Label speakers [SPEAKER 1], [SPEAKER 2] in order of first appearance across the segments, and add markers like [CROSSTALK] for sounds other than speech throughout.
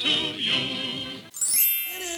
[SPEAKER 1] to you.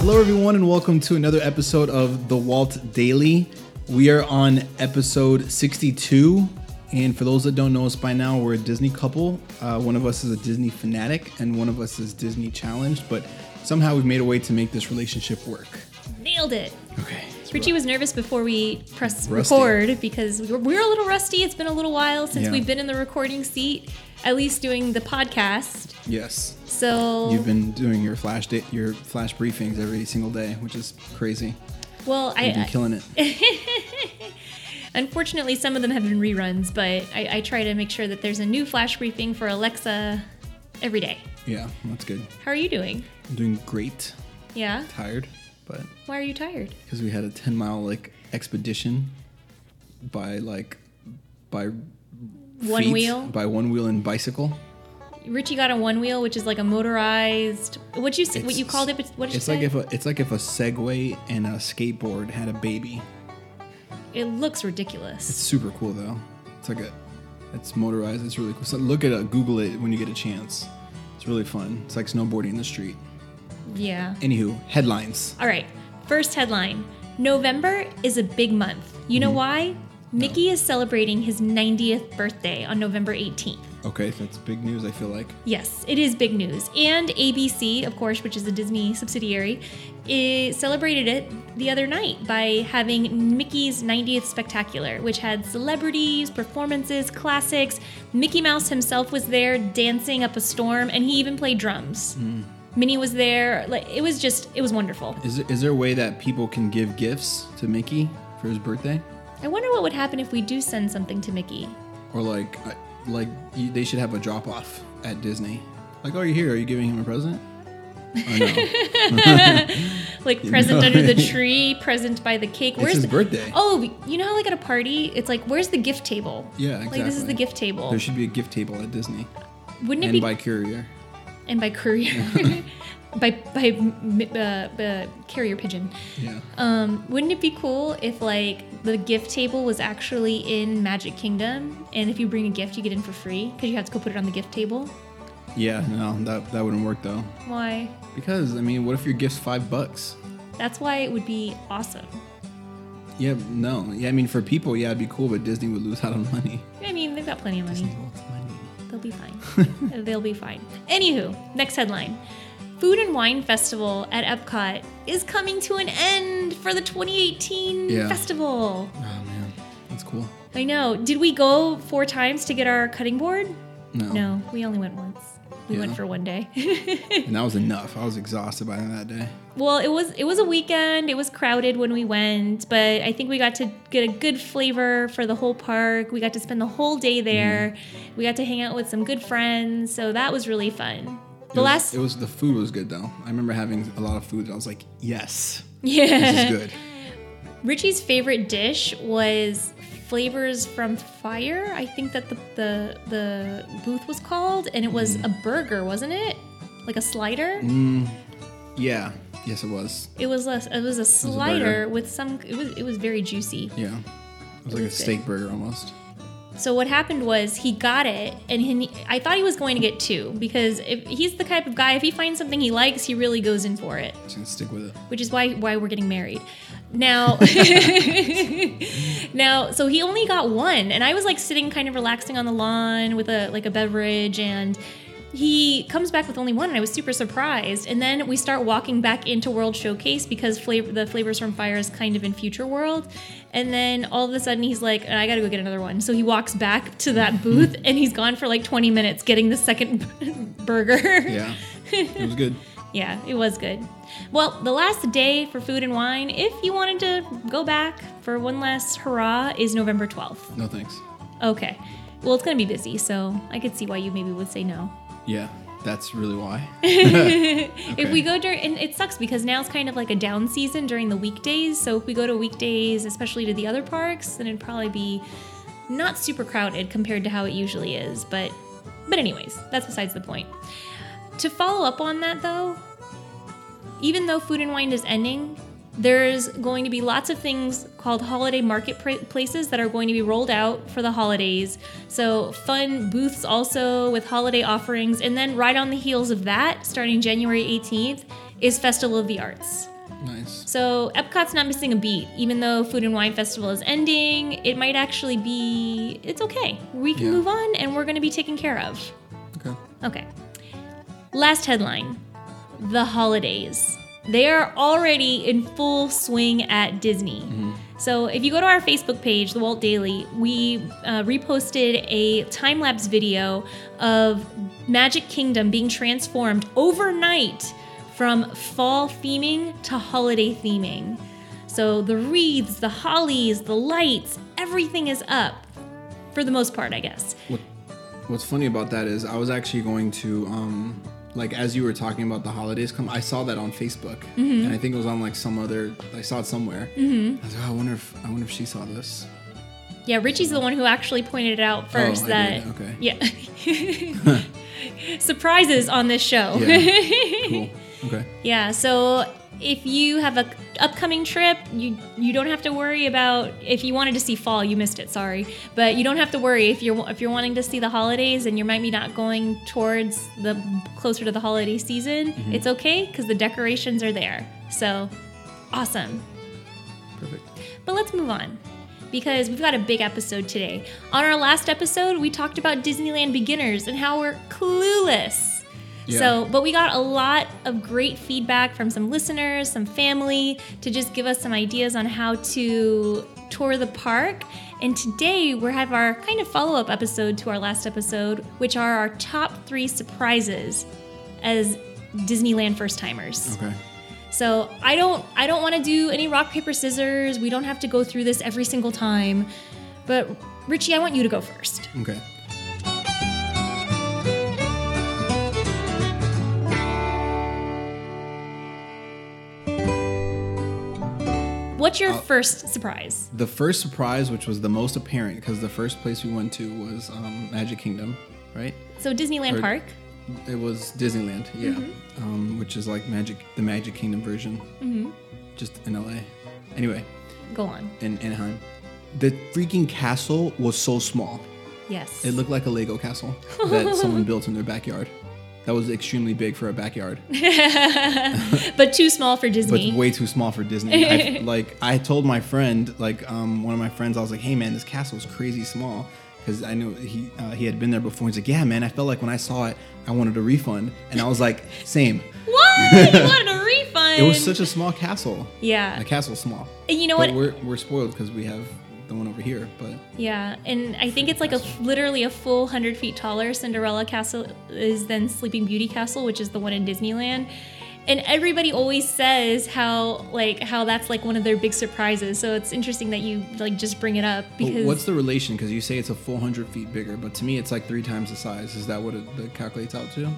[SPEAKER 2] Hello, everyone, and welcome to another episode of The Walt Daily. We are on episode 62. And for those that don't know us by now, we're a Disney couple. Uh, one of us is a Disney fanatic, and one of us is Disney challenged, but somehow we've made a way to make this relationship work.
[SPEAKER 3] Nailed it.
[SPEAKER 2] Okay.
[SPEAKER 3] Richie was nervous before we press
[SPEAKER 2] Rusty.
[SPEAKER 3] record because we were, we were a little rusty. It's been a little while since
[SPEAKER 2] Yeah.
[SPEAKER 3] we've been in the recording seat, at least doing the podcast.
[SPEAKER 2] Yes.
[SPEAKER 3] So,
[SPEAKER 2] You've been doing your flash da- your flash briefings every single day, which is crazy.
[SPEAKER 3] well,
[SPEAKER 2] You've been
[SPEAKER 3] I,
[SPEAKER 2] killing
[SPEAKER 3] [LAUGHS]
[SPEAKER 2] it.
[SPEAKER 3] unfortunately, some of them have been reruns, but I, I try to make sure that there's a new flash briefing for Alexa every day.
[SPEAKER 2] Yeah, that's good.
[SPEAKER 3] How are you doing?
[SPEAKER 2] I'm doing great.
[SPEAKER 3] Yeah.
[SPEAKER 2] Tired, but
[SPEAKER 3] Why are you tired?
[SPEAKER 2] because we had a 10 mile like expedition by like by
[SPEAKER 3] One
[SPEAKER 2] feet,
[SPEAKER 3] wheel.
[SPEAKER 2] by one wheel and bicycle
[SPEAKER 3] Richie got a one wheel, which is like a motorized. What you say? What
[SPEAKER 2] It's-
[SPEAKER 3] you called it? but What did you
[SPEAKER 2] it's
[SPEAKER 3] say?
[SPEAKER 2] like if a it's like if a segway and a skateboard had a baby
[SPEAKER 3] it looks ridiculous.
[SPEAKER 2] it's super cool though it's like a it's motorized it's really cool so look at it google it when you get a chance it's really fun it's like snowboarding in the street
[SPEAKER 3] yeah.
[SPEAKER 2] anywho headlines
[SPEAKER 3] All right, first headline November is a big month. You know why? Mickey is celebrating his 90th birthday on November 18th.
[SPEAKER 2] okay that's big news i feel like
[SPEAKER 3] Yes, it is big news. And ABC, of course, which is a Disney subsidiary, it celebrated it the other night by having Mickey's 90th Spectacular, which had celebrities, performances, classics. Mickey Mouse himself was there dancing up a storm, and he even played drums. Minnie was there. Like it was just, it was wonderful.
[SPEAKER 2] is, there- is there a way that people can give gifts to mickey for his birthday
[SPEAKER 3] I wonder what would happen if we do send something to Mickey.
[SPEAKER 2] or like I- like you, they should have a drop off at Disney. Like, oh, you're here. Are you giving him a present? Or no.
[SPEAKER 3] [LAUGHS] Like present
[SPEAKER 2] know?
[SPEAKER 3] under
[SPEAKER 2] [LAUGHS]
[SPEAKER 3] the tree, present by the cake. Where's
[SPEAKER 2] his
[SPEAKER 3] the-
[SPEAKER 2] birthday.
[SPEAKER 3] Oh, you know how like at a party, it's like where's the gift table?
[SPEAKER 2] Yeah,
[SPEAKER 3] Like this is
[SPEAKER 2] exactly.
[SPEAKER 3] the gift table.
[SPEAKER 2] there should be a gift table at Disney
[SPEAKER 3] Wouldn't it be
[SPEAKER 2] and by courier.
[SPEAKER 3] and by
[SPEAKER 2] [LAUGHS]
[SPEAKER 3] courier [LAUGHS] by by m- uh, uh, carrier pigeon?
[SPEAKER 2] Yeah.
[SPEAKER 3] Um, wouldn't it be cool if like the gift table was actually in Magic Kingdom, and if you bring a gift, you get in for free because you have to go put it on the gift table?
[SPEAKER 2] yeah. No, that that wouldn't work though.
[SPEAKER 3] Why?
[SPEAKER 2] Because I mean, what if your gift's five bucks?
[SPEAKER 3] That's why it would be awesome.
[SPEAKER 2] Yeah. No. Yeah. I mean, for people, yeah, it'd be cool, but Disney would lose [LAUGHS] out on money.
[SPEAKER 3] I mean, they've got plenty of money.
[SPEAKER 2] Lots of money.
[SPEAKER 3] They'll be fine. [LAUGHS] They'll be fine. Anywho, next headline. Food and Wine Festival at Epcot is coming to an end for the 2018
[SPEAKER 2] Yeah.
[SPEAKER 3] festival.
[SPEAKER 2] Oh man, that's cool.
[SPEAKER 3] I know. Did we go four times to get our cutting board?
[SPEAKER 2] No.
[SPEAKER 3] No, we only went once. We went
[SPEAKER 2] Yeah.
[SPEAKER 3] for one day. [LAUGHS]
[SPEAKER 2] And that was enough. I was exhausted by that day.
[SPEAKER 3] well, it was it was a weekend. It was crowded when we went, but I think we got to get a good flavor for the whole park. We got to spend the whole day there.
[SPEAKER 2] Mm.
[SPEAKER 3] We got to hang out with some good friends, so that was really fun. The
[SPEAKER 2] it was,
[SPEAKER 3] last
[SPEAKER 2] It was the food was good though. I remember having a lot of food. And I was like, yes,
[SPEAKER 3] yeah.
[SPEAKER 2] this is
[SPEAKER 3] [LAUGHS]
[SPEAKER 2] good.
[SPEAKER 3] Richie's favorite dish was flavors from fire. I think that the the, the booth was called, and it was a burger, wasn't it? Like a slider.
[SPEAKER 2] Yeah. Yes, it was.
[SPEAKER 3] It was a it was a slider with some. It was it was very juicy.
[SPEAKER 2] Yeah. It was like a
[SPEAKER 3] was good.
[SPEAKER 2] steak burger almost.
[SPEAKER 3] So what happened was he got it, and he, I thought he was going to get two because if he's the type of guy, if he finds something he likes, he really goes in for it.
[SPEAKER 2] Just gonna stick with it.
[SPEAKER 3] which is why why we're getting married. Now, [LAUGHS] now, so he only got one, and I was like sitting, kind of relaxing on the lawn with a like a beverage, and he comes back with only one, and I was super surprised. And then we start walking back into World Showcase because flavor, the Flavors from Fire is kind of in Future World. And then all of a sudden, he's like, I gotta go get another one. So he walks back to that booth, and he's gone for like 20 minutes getting the second [LAUGHS] burger.
[SPEAKER 2] Yeah, it was good.
[SPEAKER 3] Yeah, it was good. Well, the last day for food and wine, if you wanted to go back for one last hurrah, is November 12th.
[SPEAKER 2] No thanks.
[SPEAKER 3] Okay. Well, it's going to be busy, so I could see why you maybe would say no.
[SPEAKER 2] Yeah, that's really why.
[SPEAKER 3] If we go during, and it sucks because now it's kind of like a down season during the weekdays. So if we go to weekdays, especially to the other parks, then it'd probably be not super crowded compared to how it usually is. But, but anyways, that's besides the point. To follow up on that though, even though Food and Wine is ending, there's going to be lots of things called holiday marketplaces that are going to be rolled out for the holidays. So, fun booths also with holiday offerings. And then, right on the heels of that, starting January 18th, is Festival of the Arts.
[SPEAKER 2] nice.
[SPEAKER 3] So Epcot's not missing a beat, even though Food and Wine Festival is ending. It might actually be it's okay. We can
[SPEAKER 2] Yeah.
[SPEAKER 3] move on, and we're going to be taken care of.
[SPEAKER 2] Okay.
[SPEAKER 3] Okay. Last headline The holidays. They are already in full swing at Disney. So if you go to our Facebook page, The Walt Daily, we uh, reposted a time lapse video of Magic Kingdom being transformed overnight from fall theming to holiday theming. So the wreaths, the hollies, the lights, everything is up for the most part, I guess.
[SPEAKER 2] What, what's funny about that is I was actually going to um like as you were talking about the holidays come I saw that on Facebook and I think it was on like some other I saw it somewhere. Mm-hmm. I was like, oh, I wonder if I wonder if she saw this.
[SPEAKER 3] Yeah, Richie's the one who actually pointed it out first.
[SPEAKER 2] Oh, I
[SPEAKER 3] that
[SPEAKER 2] did, okay.
[SPEAKER 3] yeah,
[SPEAKER 2] [LAUGHS]
[SPEAKER 3] [LAUGHS] surprises on this show.
[SPEAKER 2] Yeah.
[SPEAKER 3] [LAUGHS]
[SPEAKER 2] cool. Okay.
[SPEAKER 3] Yeah, so if you have a upcoming trip, you you don't have to worry about if you wanted to see fall, you missed it, sorry. But you don't have to worry if you're if you're wanting to see the holidays and you might be not going towards the closer to the holiday season,
[SPEAKER 2] Mm-hmm.
[SPEAKER 3] it's okay cuz the decorations are there. So, awesome.
[SPEAKER 2] Perfect.
[SPEAKER 3] But let's move on because we've got a big episode today. On our last episode, we talked about Disneyland beginners and how we're clueless.
[SPEAKER 2] Yeah.
[SPEAKER 3] So, but we got a lot of great feedback from some listeners, some family, to just give us some ideas on how to tour the park. And today we have our kind of follow up episode to our last episode, which are our top three surprises as Disneyland first timers.
[SPEAKER 2] Okay.
[SPEAKER 3] So I don't I don't want to do any rock paper scissors. We don't have to go through this every single time. But Richie, I want you to go first.
[SPEAKER 2] Okay.
[SPEAKER 3] What's
[SPEAKER 2] Uh,
[SPEAKER 3] your first surprise?
[SPEAKER 2] The first surprise, which was the most apparent, because the first place we went to was um, Magic Kingdom, right?
[SPEAKER 3] So Disneyland
[SPEAKER 2] Or-
[SPEAKER 3] Park.
[SPEAKER 2] It was Disneyland, yeah, um, which is like Magic, the Magic Kingdom version, mm-hmm. just in LA. Anyway,
[SPEAKER 3] Go on.
[SPEAKER 2] in Anaheim, the freaking castle was so small.
[SPEAKER 3] Yes.
[SPEAKER 2] It looked like a Lego castle that someone built in their backyard. That was extremely big for a backyard,
[SPEAKER 3] but too small for
[SPEAKER 2] but
[SPEAKER 3] Disney.
[SPEAKER 2] way too small for Disney.
[SPEAKER 3] [LAUGHS]
[SPEAKER 2] I, like I told my friend, like um, one of my friends, I was like, "Hey man, this castle is crazy small." Because I knew he uh, he had been there before. He's like, "Yeah man, I felt like when I saw it, I wanted a refund," and I was
[SPEAKER 3] [LAUGHS]
[SPEAKER 2] like, "Same." [LAUGHS]
[SPEAKER 3] what? You wanted a refund?
[SPEAKER 2] It was such a small castle.
[SPEAKER 3] Yeah.
[SPEAKER 2] The castle's small.
[SPEAKER 3] And you know
[SPEAKER 2] but
[SPEAKER 3] what?
[SPEAKER 2] We're, we're spoiled because we have the one over here. But
[SPEAKER 3] Yeah, and I think it's like a literally a full hundred feet taller. Cinderella Castle is then Sleeping Beauty Castle, which is the one in Disneyland. And everybody always says how like how that's like one of their big surprises. So it's interesting that you like just bring it up
[SPEAKER 2] but
[SPEAKER 3] because
[SPEAKER 2] what's the relation? Because you say it's a full hundred feet bigger, but to me it's like three times the size. Is that what it that calculates out to?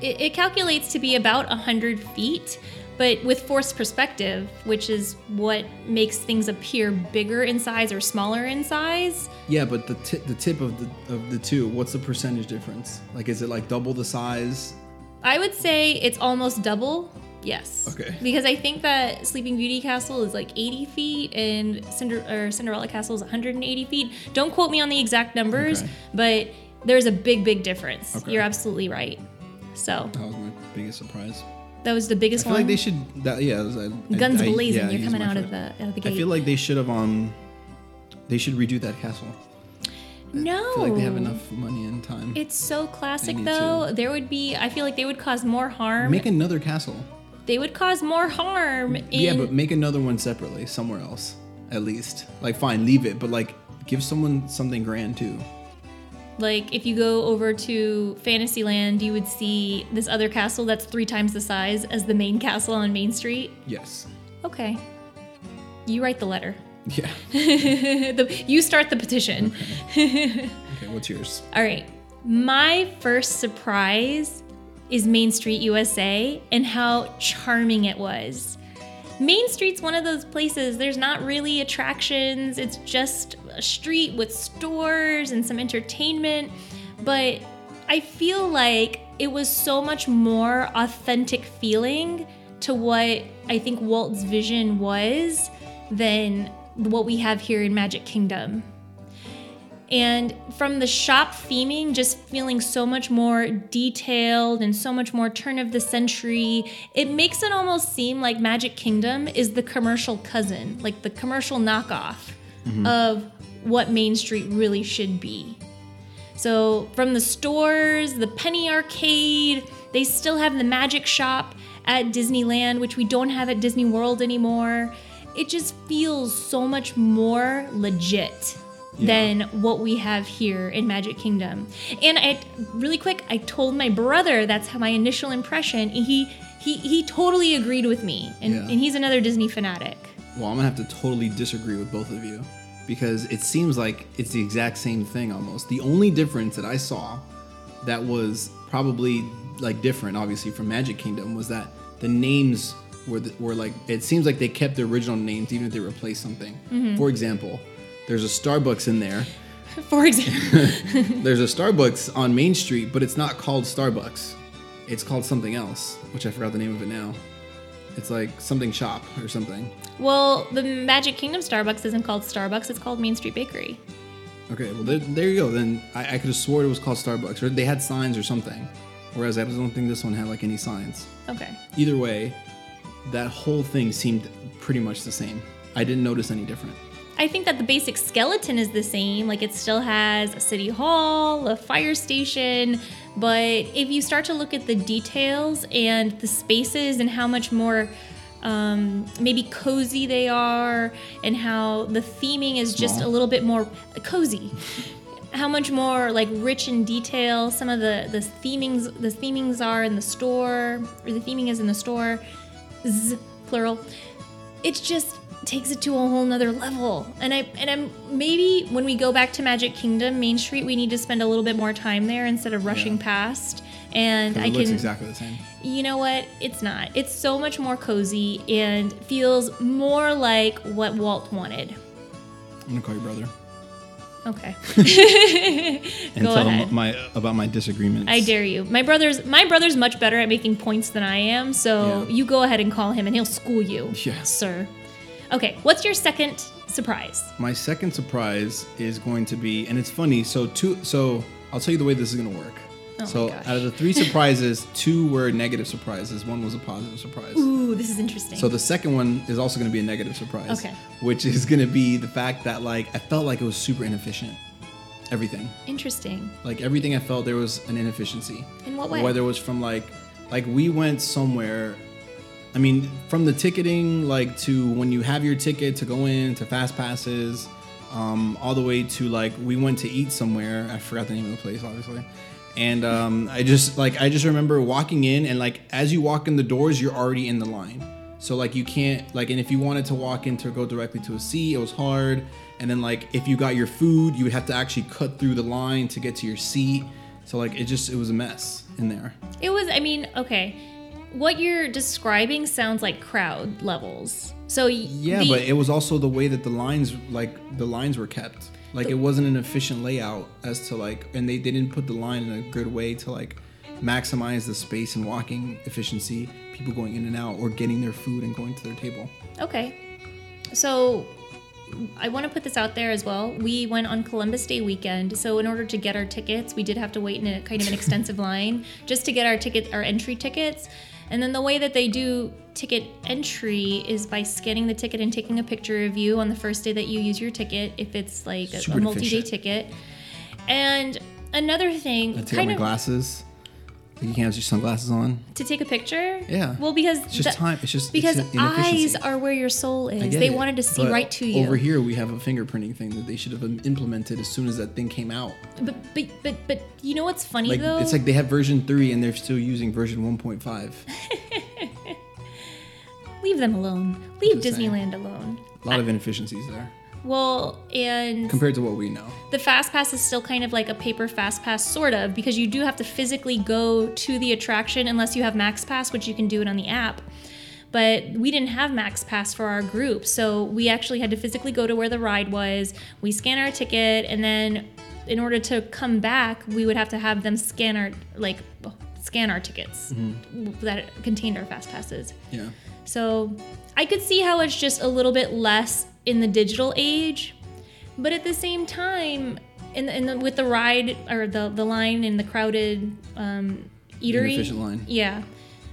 [SPEAKER 3] it, it calculates to be about 100 feet, but with forced perspective, which is what makes things appear bigger in size or smaller in size.
[SPEAKER 2] Yeah, but the ti- the tip of the of the two, what's the percentage difference? Like, is it like double the size?
[SPEAKER 3] I would say it's almost double. Yes.
[SPEAKER 2] Okay.
[SPEAKER 3] Because I think that Sleeping Beauty Castle is like 80 feet and Cinder- or Cinderella Castle is 180 feet. Don't quote me on the exact numbers,
[SPEAKER 2] Okay.
[SPEAKER 3] but there's a big, big difference.
[SPEAKER 2] Okay.
[SPEAKER 3] You're absolutely right. So
[SPEAKER 2] That was my biggest surprise.
[SPEAKER 3] that was the
[SPEAKER 2] I
[SPEAKER 3] biggest
[SPEAKER 2] feel
[SPEAKER 3] one.
[SPEAKER 2] like they should. That, yeah, it was, I,
[SPEAKER 3] Guns
[SPEAKER 2] I, I-
[SPEAKER 3] blazing!
[SPEAKER 2] yeah,
[SPEAKER 3] You're
[SPEAKER 2] he's
[SPEAKER 3] coming
[SPEAKER 2] my
[SPEAKER 3] out of
[SPEAKER 2] friend.
[SPEAKER 3] the out of the
[SPEAKER 2] I
[SPEAKER 3] gate.
[SPEAKER 2] feel like they should have um, they should redo that castle.
[SPEAKER 3] No.
[SPEAKER 2] I feel like they have
[SPEAKER 3] Oh.
[SPEAKER 2] enough money and time.
[SPEAKER 3] It's so classic
[SPEAKER 2] need
[SPEAKER 3] though.
[SPEAKER 2] to.
[SPEAKER 3] There would be I feel like they would cause more harm.
[SPEAKER 2] make another castle.
[SPEAKER 3] they would cause more harm in
[SPEAKER 2] yeah, but make another one separately somewhere else, at least. Like, fine, leave it, but like, give someone something grand too.
[SPEAKER 3] like if you go over to Fantasyland, you would see this other castle that's three times the size as the main castle on Main Street.
[SPEAKER 2] Yes. [LAUGHS]
[SPEAKER 3] Okay. You write the letter. [LAUGHS]
[SPEAKER 2] Yeah.
[SPEAKER 3] the, you start the petition.
[SPEAKER 2] Okay, what's yours?
[SPEAKER 3] All right. My first surprise is Main Street USA and how charming it was. Main Street's one of those places, there's not really attractions. It's just a street with stores and some entertainment. But I feel like it was so much more authentic feeling to what I think Walt's vision was than what we have here in Magic Kingdom. And from the shop theming, just feeling so much more detailed and so much more turn of the century, it makes it almost seem like Magic Kingdom is the commercial cousin, like the commercial knockoff of what Main Street really should be. So from the stores, the penny arcade, they still have the magic shop at Disneyland, which we don't have at Disney World anymore. It just feels so much more legit than what we have here in Magic Kingdom. And I really quick, I told my brother that's how my initial impression, and he he he totally agreed with me. And,
[SPEAKER 2] Yeah.
[SPEAKER 3] and he's another Disney fanatic. [LAUGHS]
[SPEAKER 2] Well, I'm gonna have to totally disagree with both of you because it seems like it's the exact same thing almost. The only difference that I saw that was probably like different, obviously, from Magic Kingdom was that the names were the, were like it seems like they kept the original names even if they replaced something. For example, there's a Starbucks in there.
[SPEAKER 3] For example,
[SPEAKER 2] There's a Starbucks on Main Street, but it's not called Starbucks. It's called something else, which I forgot the name of it now. It's like something shop or something.
[SPEAKER 3] well, the Magic Kingdom Starbucks isn't called Starbucks, it's called Main Street Bakery.
[SPEAKER 2] Okay, well there, there you go. Then I, I could have swore it was called Starbucks, or they had signs or something. Whereas I don't think this one had like any signs.
[SPEAKER 3] Okay.
[SPEAKER 2] Either way, that whole thing seemed pretty much the same. I didn't notice any different.
[SPEAKER 3] I think that the basic skeleton is the same. Like it still has a city hall, a fire station, but if you start to look at the details and the spaces and how much more um, maybe cozy they are, and how the theming is just a
[SPEAKER 2] Small.
[SPEAKER 3] little bit more cozy. How much more like rich in detail some of the the themings the themings are in the store or the theming is in the store, z plural it just takes it to a whole nother level. And I and I'm maybe when we go back to Magic Kingdom Main Street, we need to spend a little bit more time there instead of rushing
[SPEAKER 2] Yeah.
[SPEAKER 3] past. And
[SPEAKER 2] It
[SPEAKER 3] I
[SPEAKER 2] looks
[SPEAKER 3] can,
[SPEAKER 2] exactly the same.
[SPEAKER 3] you know what? It's not. It's so much more cozy and feels more like what Walt wanted.
[SPEAKER 2] I'm gonna call your brother [LAUGHS]
[SPEAKER 3] Okay, [LAUGHS]
[SPEAKER 2] and
[SPEAKER 3] Go
[SPEAKER 2] tell
[SPEAKER 3] ahead.
[SPEAKER 2] him my about my disagreements.
[SPEAKER 3] I dare you. My brother's my brother's much better at making points than I am, so
[SPEAKER 2] Yeah.
[SPEAKER 3] you go ahead and call him, and he'll school you,
[SPEAKER 2] Yeah.
[SPEAKER 3] sir. Okay, what's your second surprise?
[SPEAKER 2] My second surprise is going to be, and it's funny. So two, so I'll tell you the way this is gonna work. so
[SPEAKER 3] Oh gosh.
[SPEAKER 2] out of the
[SPEAKER 3] [LAUGHS]
[SPEAKER 2] three surprises, two were negative surprises. One was a positive surprise.
[SPEAKER 3] Ooh, this is interesting.
[SPEAKER 2] So the second one is also going to be a negative surprise.
[SPEAKER 3] Okay.
[SPEAKER 2] Which is going to be the fact that like I felt like it was super inefficient. Everything.
[SPEAKER 3] interesting.
[SPEAKER 2] Like everything I felt there was an inefficiency.
[SPEAKER 3] In what way?
[SPEAKER 2] Whether it was from like like we went somewhere I mean from the ticketing like to when you have your ticket to go in to fast passes um, all the way to like we went to eat somewhere I forgot the name of the place obviously and um, I just like I just remember walking in and like as you walk in the doors you're already in the line so like you can't like and if you wanted to walk in to go directly to a seat it was hard and then like if you got your food you would have to actually cut through the line to get to your seat so like it just it was a mess in there.
[SPEAKER 3] It was, I mean, okay. What you're describing sounds like crowd levels. So
[SPEAKER 2] Yeah, but it was also the way that the lines like the lines were kept. Like it wasn't an efficient layout as to like and they, they didn't put the line in a good way to like maximize the space and walking efficiency, people going in and out or getting their food and going to their table.
[SPEAKER 3] okay. So I want to put this out there as well. We went on Columbus Day weekend, so in order to get our tickets, we did have to wait in a kind of
[SPEAKER 2] [LAUGHS]
[SPEAKER 3] an extensive line just to get our ticket, our entry tickets. And then the way that they do ticket entry is by scanning the ticket and taking a picture of you on the first day that you use your ticket, if it's like a,
[SPEAKER 2] Super
[SPEAKER 3] a multi-day
[SPEAKER 2] efficient.
[SPEAKER 3] ticket. And another thing,
[SPEAKER 2] I take off
[SPEAKER 3] kind
[SPEAKER 2] my
[SPEAKER 3] of
[SPEAKER 2] glasses. You can't have your sunglasses on.
[SPEAKER 3] to take a picture.
[SPEAKER 2] Yeah.
[SPEAKER 3] Well, because
[SPEAKER 2] It's just time. It's just- it's
[SPEAKER 3] because
[SPEAKER 2] an inefficiency.
[SPEAKER 3] eyes are where your soul
[SPEAKER 2] I
[SPEAKER 3] is.
[SPEAKER 2] get
[SPEAKER 3] They
[SPEAKER 2] it,
[SPEAKER 3] wanted to see
[SPEAKER 2] but
[SPEAKER 3] right to you.
[SPEAKER 2] Over here, we have a fingerprinting thing that they should have im- implemented as soon as that thing came out.
[SPEAKER 3] But but but but you know what's funny
[SPEAKER 2] Like
[SPEAKER 3] though?
[SPEAKER 2] it's like they have version three and they're still using version 1.5.
[SPEAKER 3] Leave them alone. Leave
[SPEAKER 2] Just saying.
[SPEAKER 3] Disneyland alone.
[SPEAKER 2] A lot of inefficiencies there
[SPEAKER 3] Well, and
[SPEAKER 2] compared to what we know.
[SPEAKER 3] the fast pass is still kind of like a paper fast pass sort of because you do have to physically go to the attraction unless you have max pass which you can do it on the app but we didn't have max pass for our group so we actually had to physically go to where the ride was we scan our ticket and then in order to come back we would have to have them scan our like b- scan our tickets
[SPEAKER 2] Mm-hmm.
[SPEAKER 3] that contained our fast passes
[SPEAKER 2] Yeah.
[SPEAKER 3] so I could see how it's just a little bit less in the digital age, but at the same time, in the, in the, with the ride or the, the line in the crowded um, eatery,
[SPEAKER 2] Inefficient line.
[SPEAKER 3] yeah.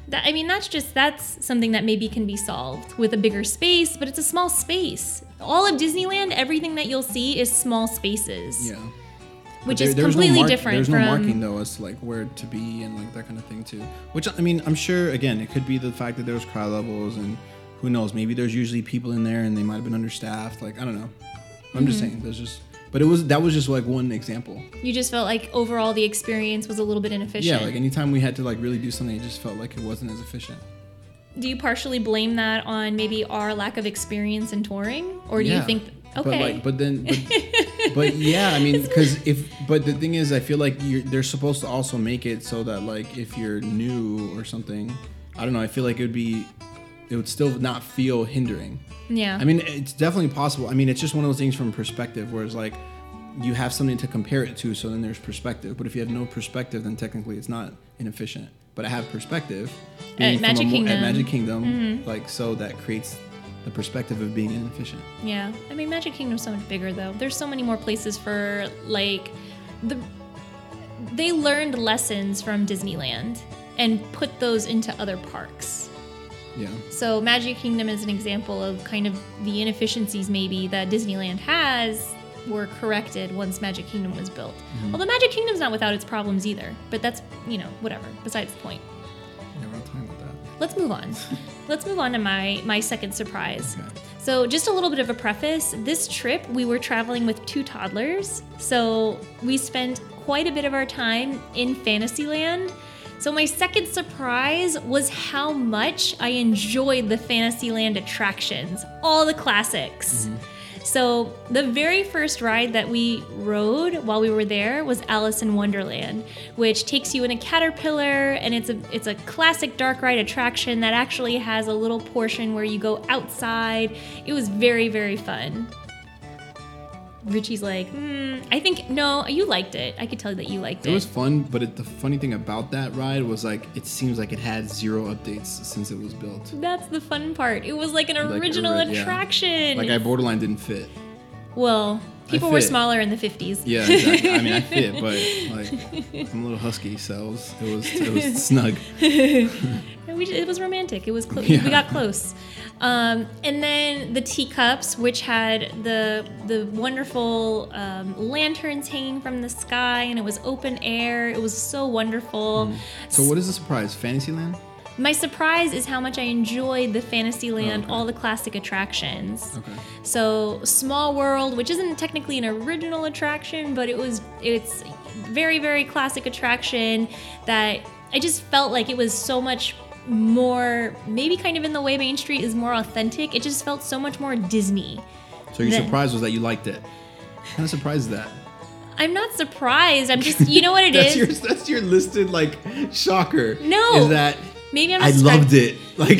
[SPEAKER 3] That, I mean, that's just that's something that maybe can be solved with a bigger space, but it's a small space. All of Disneyland, everything that you'll see is small spaces,
[SPEAKER 2] Yeah.
[SPEAKER 3] which
[SPEAKER 2] There-
[SPEAKER 3] is
[SPEAKER 2] there was no
[SPEAKER 3] completely
[SPEAKER 2] mark-
[SPEAKER 3] different
[SPEAKER 2] There's
[SPEAKER 3] from.
[SPEAKER 2] no marking though as to like where to be and like that kind of thing too. Which I mean, I'm sure again it could be the fact that there's crowd levels and who knows? Maybe there's usually people in there and they might have been understaffed. Like I don't know. I'm just
[SPEAKER 3] Mm-hmm.
[SPEAKER 2] saying there's just. But it was that was just like one example.
[SPEAKER 3] you just felt like overall the experience was a little bit inefficient.
[SPEAKER 2] Yeah, like anytime we had to like really do something, it just felt like it wasn't as efficient.
[SPEAKER 3] do you partially blame that on maybe our lack of experience in touring or do
[SPEAKER 2] yeah.
[SPEAKER 3] you think okay
[SPEAKER 2] But like, but then, but,
[SPEAKER 3] [LAUGHS]
[SPEAKER 2] but yeah, I mean, because if, but the thing is, I feel like you're, they're supposed to also make it so that like if you're new or something, I don't know. I feel like it would be, it would still not feel hindering.
[SPEAKER 3] yeah
[SPEAKER 2] I mean, it's definitely possible. I mean, it's just one of those things from perspective, where it's like you have something to compare it to, so then there's perspective. But if you have no perspective, then technically it's not inefficient. But I have perspective being from a
[SPEAKER 3] Magic
[SPEAKER 2] mo-
[SPEAKER 3] Kingdom. Mm-hmm.
[SPEAKER 2] At Magic Kingdom, like so that creates the perspective of being inefficient.
[SPEAKER 3] yeah i mean magic kingdom's so much bigger though there's so many more places for like the they learned lessons from disneyland and put those into other parks
[SPEAKER 2] Yeah.
[SPEAKER 3] so magic kingdom is an example of kind of the inefficiencies maybe that disneyland has were corrected once magic kingdom was built
[SPEAKER 2] Mm-hmm.
[SPEAKER 3] although magic kingdom's not without its problems either but that's you know whatever besides the point
[SPEAKER 2] Yeah, we're not talking about that.
[SPEAKER 3] let's move on. let's move on to my my second surprise.
[SPEAKER 2] Okay.
[SPEAKER 3] So, just a little bit of a preface. This trip, we were traveling with two toddlers, so we spent quite a bit of our time in Fantasyland. So, my second surprise was how much I enjoyed the Fantasyland attractions, all the classics. So, the very first ride that we rode while we were there was Alice in Wonderland, which takes you in a caterpillar and it's a it's a classic dark ride attraction that actually has a little portion where you go outside. It was very very fun. Richie's like, hmm, I think no, you liked it. I could tell that you liked it.
[SPEAKER 2] It was fun, but it, the funny thing about that ride was like it seems like it had zero updates since it was built.
[SPEAKER 3] That's the fun part. It was like an
[SPEAKER 2] Like,
[SPEAKER 3] original
[SPEAKER 2] ori- yeah.
[SPEAKER 3] attraction.
[SPEAKER 2] Like I borderline didn't fit.
[SPEAKER 3] well, people were
[SPEAKER 2] fit.
[SPEAKER 3] smaller in the 50s.
[SPEAKER 2] Yeah, exactly. I mean, I fit,
[SPEAKER 3] [LAUGHS]
[SPEAKER 2] but like I'm a little husky, so it was it was, it was [LAUGHS] snug.
[SPEAKER 3] And we, it was romantic. It
[SPEAKER 2] [LAUGHS]
[SPEAKER 3] was clo-
[SPEAKER 2] Yeah.
[SPEAKER 3] we got close. Um, and then the teacups, which had the the wonderful um, lanterns hanging from the sky, and it was open air. It was so wonderful.
[SPEAKER 2] Mm. So what is the surprise? Fantasyland?
[SPEAKER 3] My surprise is how much I enjoyed the Fantasyland,
[SPEAKER 2] Oh, Okay.
[SPEAKER 3] all the classic attractions.
[SPEAKER 2] Okay.
[SPEAKER 3] So Small World, which isn't technically an original attraction, but it was it's very very classic attraction that I just felt like it was so much more maybe kind of in the way Main Street is more authentic. It just felt so much more Disney.
[SPEAKER 2] So your
[SPEAKER 3] Then-
[SPEAKER 2] surprise was that you liked it. What kind of surprise is that?
[SPEAKER 3] I'm not surprised. I'm just you know what
[SPEAKER 2] [LAUGHS]
[SPEAKER 3] it
[SPEAKER 2] that's
[SPEAKER 3] is.
[SPEAKER 2] your that's your listed like shocker.
[SPEAKER 3] No.
[SPEAKER 2] Is that
[SPEAKER 3] maybe I'm
[SPEAKER 2] I
[SPEAKER 3] just-
[SPEAKER 2] loved it. Like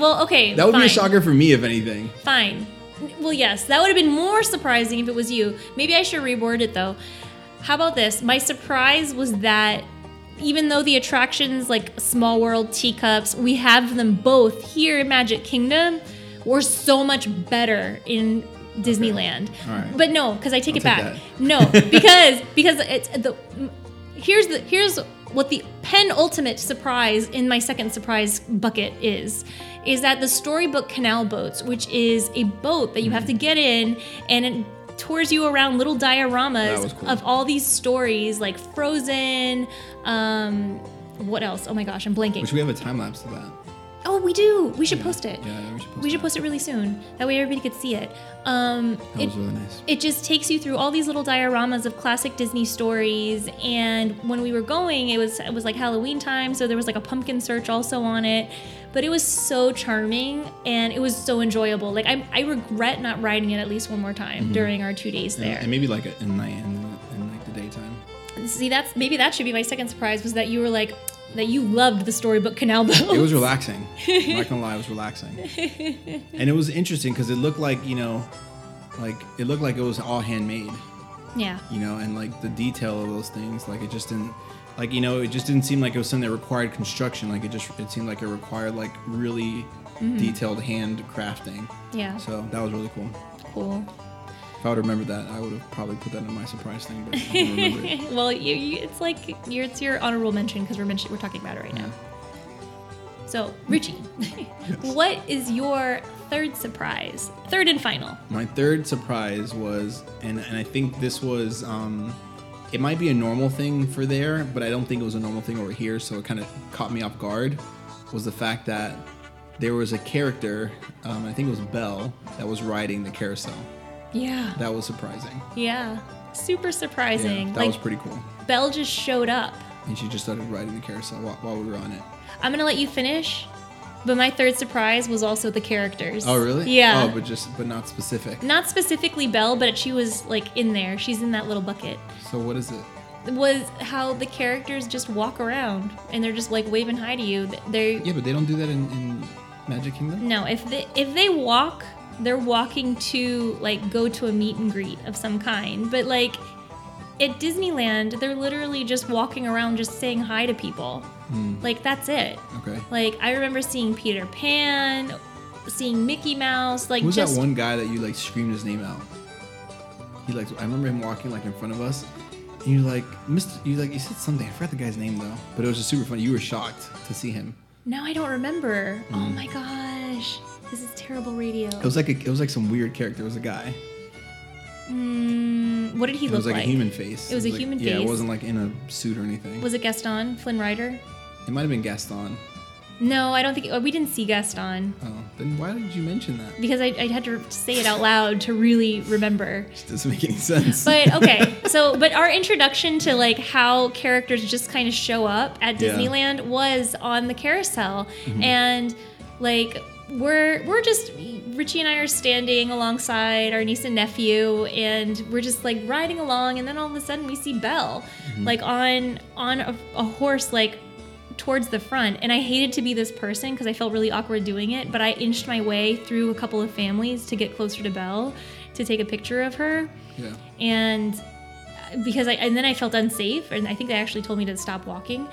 [SPEAKER 2] [LAUGHS]
[SPEAKER 3] Well, okay.
[SPEAKER 2] that would
[SPEAKER 3] fine.
[SPEAKER 2] be a shocker for me if anything.
[SPEAKER 3] Fine. Well, yes, that would have been more surprising if it was you. Maybe I should reword it though. How about this? My surprise was that even though the attractions like Small World, Teacups, we have them both here in Magic Kingdom, were so much better in Disneyland.
[SPEAKER 2] All right.
[SPEAKER 3] But no, because I take it
[SPEAKER 2] I'll
[SPEAKER 3] back.
[SPEAKER 2] take [LAUGHS]
[SPEAKER 3] No, because because it's the here's the here's what the penultimate surprise in my second surprise bucket is is that the storybook canal boats which is a boat that you have to get in and it tours you around little
[SPEAKER 2] That was
[SPEAKER 3] dioramas
[SPEAKER 2] cool.
[SPEAKER 3] of all these stories, like Frozen. Um, what else? Oh my gosh, I'm blanking.
[SPEAKER 2] Which we have a time lapse of that.
[SPEAKER 3] oh, we do. We should post it.
[SPEAKER 2] Yeah, we should post
[SPEAKER 3] we should
[SPEAKER 2] that.
[SPEAKER 3] post it really soon. That way everybody could see it. Um,
[SPEAKER 2] That
[SPEAKER 3] it
[SPEAKER 2] was really nice.
[SPEAKER 3] it just takes you through all these little dioramas of classic Disney stories. And when we were going, it was it was like Halloween time, so there was like a pumpkin search also on it. But it was so charming and it was so enjoyable. Like I, I regret not riding it at least one more time
[SPEAKER 2] Mm-hmm.
[SPEAKER 3] during our two days
[SPEAKER 2] And,
[SPEAKER 3] there.
[SPEAKER 2] and maybe like a, in night and, and like the daytime.
[SPEAKER 3] See, that's maybe that should be my second surprise was that you were like that you loved the storybook canal boat.
[SPEAKER 2] It was relaxing. I'm not gonna lie, it was relaxing. and it was interesting because it looked like you know, like it looked like it was all handmade.
[SPEAKER 3] [LAUGHS] yeah.
[SPEAKER 2] you know, and like the detail of those things, like it just didn't, like you know, it just didn't seem like it was something that required construction. Like it just, it seemed like it required like really
[SPEAKER 3] Mm-hmm.
[SPEAKER 2] detailed hand crafting.
[SPEAKER 3] Yeah.
[SPEAKER 2] So that was really cool.
[SPEAKER 3] cool.
[SPEAKER 2] If I would remember that, I would have probably put that in my surprise thing, but I don't remember
[SPEAKER 3] [LAUGHS]
[SPEAKER 2] it.
[SPEAKER 3] well, you, you, it's like you're, it's your honorable mention because we're mention, we're talking about it right now. So,
[SPEAKER 2] [LAUGHS]
[SPEAKER 3] Richie, what is your third surprise? Third and final.
[SPEAKER 2] My third surprise was, and, and I think this was, um, it might be a normal thing for there, but I don't think it was a normal thing over here, so it kind of caught me off guard. Was the fact that there was a character, um, I think it was Belle, that was riding the carousel.
[SPEAKER 3] Yeah.
[SPEAKER 2] That was surprising.
[SPEAKER 3] Yeah. Super
[SPEAKER 2] Yeah,
[SPEAKER 3] surprising.
[SPEAKER 2] that
[SPEAKER 3] like
[SPEAKER 2] was pretty cool.
[SPEAKER 3] Belle just showed up.
[SPEAKER 2] And she just started riding the carousel while, while we were on it.
[SPEAKER 3] I'm gonna let you finish, but my third surprise was also the characters.
[SPEAKER 2] Oh, really?
[SPEAKER 3] Yeah.
[SPEAKER 2] Oh, but just, but not specific.
[SPEAKER 3] Not specifically Belle, but she was like in there. She's in that little bucket.
[SPEAKER 2] So what is it?
[SPEAKER 3] Was how the characters just walk around and they're just like waving hi to you. They're
[SPEAKER 2] Yeah, but they don't do that in, in Magic Kingdom.
[SPEAKER 3] No, if they if they walk, they're walking to like go to a meet and greet of some kind. But like at Disneyland, they're literally just walking around just saying hi to people. Like that's it.
[SPEAKER 2] Hmm. Okay.
[SPEAKER 3] Like I remember seeing Peter Pan, seeing Mickey Mouse, like
[SPEAKER 2] Who's
[SPEAKER 3] just
[SPEAKER 2] that one guy that you like screamed his name out? He like I remember him walking like in front of us. And you like Mr. You like you said something. I forgot the guy's name though. But it was just super funny. You were shocked to see him.
[SPEAKER 3] No, I don't remember. Oh my gosh. This is terrible radio.
[SPEAKER 2] Hmm. It was like a, it was like some weird character. It was a guy.
[SPEAKER 3] Mm, what did he
[SPEAKER 2] It
[SPEAKER 3] look
[SPEAKER 2] was like,
[SPEAKER 3] like?
[SPEAKER 2] a human face.
[SPEAKER 3] It was a
[SPEAKER 2] like-
[SPEAKER 3] human
[SPEAKER 2] Yeah, it
[SPEAKER 3] face.
[SPEAKER 2] wasn't like in a suit or anything.
[SPEAKER 3] Was it Gaston? Flynn Rider?
[SPEAKER 2] it might have been Gaston.
[SPEAKER 3] No, I don't think oh, we didn't see Gaston.
[SPEAKER 2] Oh, then why did you mention that?
[SPEAKER 3] because I, I had to say it out loud to really remember.
[SPEAKER 2] doesn't make any sense.
[SPEAKER 3] [LAUGHS] But okay, so but our introduction to like how characters just kind of show up at
[SPEAKER 2] Yeah.
[SPEAKER 3] Disneyland was on the carousel, and like we're we're just Richie and I are standing alongside our niece and nephew, and we're just like riding along, and then all of a sudden we see Belle, like on on a, a horse, like towards the front and i hated to be this person because i felt really awkward doing it but i inched my way through a couple of families to get closer to belle to take a picture of her
[SPEAKER 2] [LAUGHS] yeah.
[SPEAKER 3] and uh, because I and then I felt unsafe, and I think they actually told me to stop walking.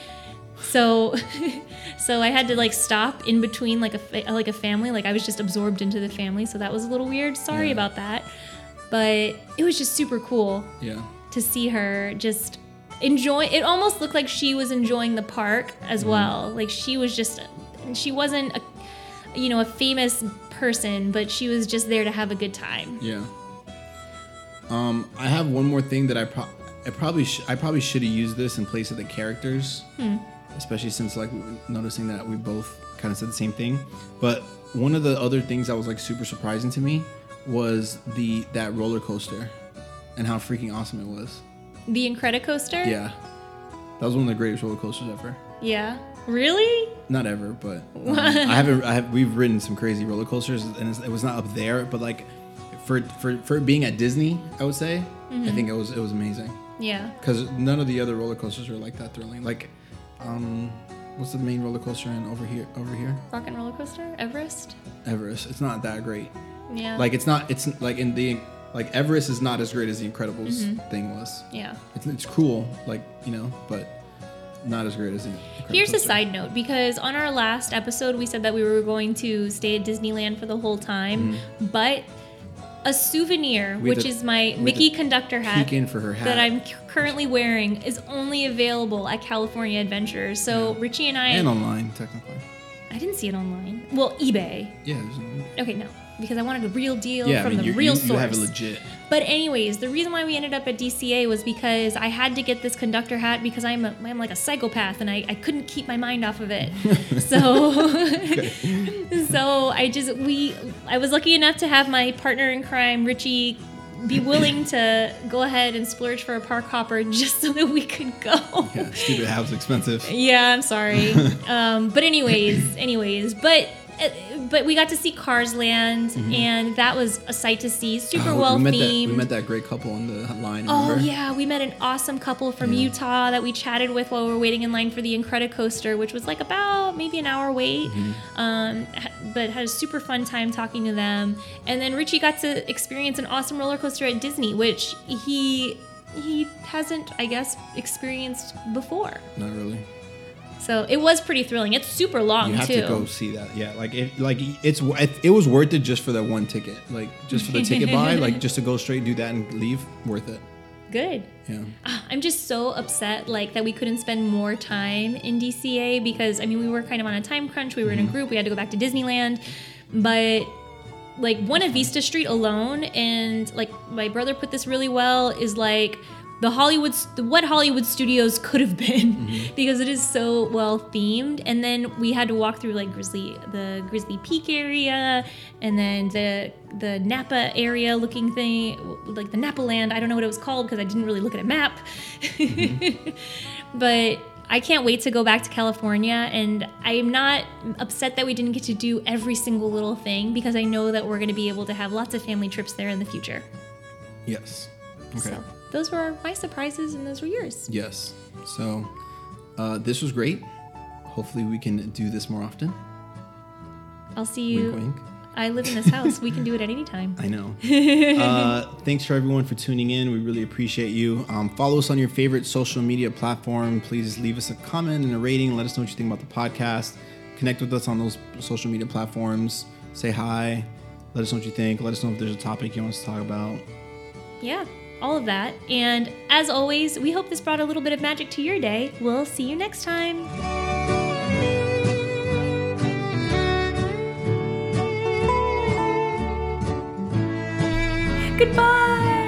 [SPEAKER 3] So, [LAUGHS] so I had to like stop in between like a fa- like a family. Like I was just absorbed into the family, so that was a little weird. Sorry
[SPEAKER 2] Yeah.
[SPEAKER 3] about that, but it was just super cool
[SPEAKER 2] Yeah.
[SPEAKER 3] to see her just enjoy. It almost looked like she was enjoying the park as
[SPEAKER 2] Mm-hmm.
[SPEAKER 3] well. Like she was just, she wasn't a, you know, a famous person, but she was just there to have a good time.
[SPEAKER 2] Yeah. Um, I have one more thing that I, pro- I probably sh- I probably should have used this in place of the characters, especially since like w- noticing that we both kind of said the same thing. But one of the other things that was like super surprising to me was the that roller coaster, and how freaking awesome it was.
[SPEAKER 3] The Incredicoaster.
[SPEAKER 2] Yeah, that was one of the greatest roller coasters ever.
[SPEAKER 3] Yeah. Really?
[SPEAKER 2] Not ever,
[SPEAKER 3] [LAUGHS]
[SPEAKER 2] but um, I haven't. I have. We've ridden some crazy roller coasters, and it's, it was not up there. But like, for for for being at Disney, I would say, I
[SPEAKER 3] Mm-hmm.
[SPEAKER 2] think it was it was amazing
[SPEAKER 3] Yeah.
[SPEAKER 2] because none of the other roller coasters were like that thrilling. Like, um, what's the main roller coaster in over here? Over here,
[SPEAKER 3] Rock and roller coaster? Everest?
[SPEAKER 2] Everest. It's not that great.
[SPEAKER 3] Yeah.
[SPEAKER 2] Like, it's not. It's like in the like Everest is not as great as the Incredibles
[SPEAKER 3] Mm-hmm.
[SPEAKER 2] thing was.
[SPEAKER 3] Yeah.
[SPEAKER 2] It's, it's cool, like you know, but not as great as the. Incredibles.
[SPEAKER 3] Here's a side note because on our last episode, we said that we were going to stay at Disneyland for the whole time, but a souvenir,
[SPEAKER 2] Mm. We had
[SPEAKER 3] which
[SPEAKER 2] to-
[SPEAKER 3] is my
[SPEAKER 2] had
[SPEAKER 3] Mickey
[SPEAKER 2] to
[SPEAKER 3] conductor hat
[SPEAKER 2] Peek in for her hat.
[SPEAKER 3] that I'm c- currently wearing, is only available at California Adventure. So Richie and I,
[SPEAKER 2] and online technically.
[SPEAKER 3] I didn't see it online. Well, eBay.
[SPEAKER 2] Yeah, there's no
[SPEAKER 3] Okay, no. because I wanted a real deal
[SPEAKER 2] Yeah,
[SPEAKER 3] Oh, from
[SPEAKER 2] I mean,
[SPEAKER 3] the
[SPEAKER 2] you,
[SPEAKER 3] real
[SPEAKER 2] you,
[SPEAKER 3] source.
[SPEAKER 2] you have it legit.
[SPEAKER 3] But anyways, the reason why we ended up at DCA was because I had to get this conductor hat because I'm a, I'm like a psychopath and I, I couldn't keep my mind off
[SPEAKER 2] [LAUGHS]
[SPEAKER 3] of it. so [LAUGHS] so I just we I was lucky enough to have my partner in crime Richie be willing to go ahead and splurge for a park hopper [LAUGHS] just so that we could go.
[SPEAKER 2] Yeah, stupid house expensive.
[SPEAKER 3] Yeah,
[SPEAKER 2] [LAUGHS]
[SPEAKER 3] I'm sorry. um, but anyways, anyways, but uh, but we got to see Cars Land, and that was a sight to see. [LAUGHS] Super
[SPEAKER 2] Mm-hmm. Oh,
[SPEAKER 3] well
[SPEAKER 2] we met that.
[SPEAKER 3] themed.
[SPEAKER 2] We met that great couple on the line.
[SPEAKER 3] Oh
[SPEAKER 2] remember?
[SPEAKER 3] yeah, we met an awesome couple from Utah that we chatted with while we were waiting in line for the Incredicoaster, which was like about maybe an hour wait.
[SPEAKER 2] Mm-hmm.
[SPEAKER 3] Um, ha- but had a super fun time talking to them. And then Richie got to experience an awesome roller coaster at Disney, which he he hasn't, I guess, experienced before.
[SPEAKER 2] Not really.
[SPEAKER 3] So it was pretty thrilling. It's super long
[SPEAKER 2] You have
[SPEAKER 3] too.
[SPEAKER 2] to go see that. Yeah, like it, like it's wor- it, it was worth it just for that one ticket. Like just for the ticket
[SPEAKER 3] [LAUGHS]
[SPEAKER 2] buy. Like just to go straight, do that, and leave. Worth it.
[SPEAKER 3] Good.
[SPEAKER 2] Yeah.
[SPEAKER 3] Ah, [SIGHS] I'm just so upset like that we couldn't spend more time in DCA because I mean we were kind of on a time crunch. We were in a group. We had to go back to Disneyland, but like Buena Vista Street alone, and like my brother put this really well is like the Hollywood the, what Hollywood studios could have been [LAUGHS] because it is so well themed. And then we had to walk through like Grizzly the Grizzly Peak area, and then the the Napa area looking thing, like the Napa Land. I don't know what it was called because I didn't really look at a map. [LAUGHS] but I can't wait to go back to California. And I'm not upset that we didn't get to do every single little thing because I know that we're going to be able to have lots of family trips there in the future.
[SPEAKER 2] Yes. Okay.
[SPEAKER 3] So those were my surprises and those were yours.
[SPEAKER 2] Yes. So uh, this was great. Hopefully we can do this more often.
[SPEAKER 3] I'll see you.
[SPEAKER 2] Wink, wink.
[SPEAKER 3] I live in this house. we can do it at
[SPEAKER 2] [LAUGHS]
[SPEAKER 3] any time.
[SPEAKER 2] I know. uh, thanks for everyone for tuning in. We really appreciate you. Um, follow us on your favorite social media platform. Please leave us a comment and a rating. Let us know what you think about the podcast. Connect with us on those social media platforms. Say hi. Let us know what you think. Let us know if there's a topic you want us to talk about.
[SPEAKER 3] Yeah, all of that. And as always, we hope this brought a little bit of magic to your day. We'll see you next time. Goodbye.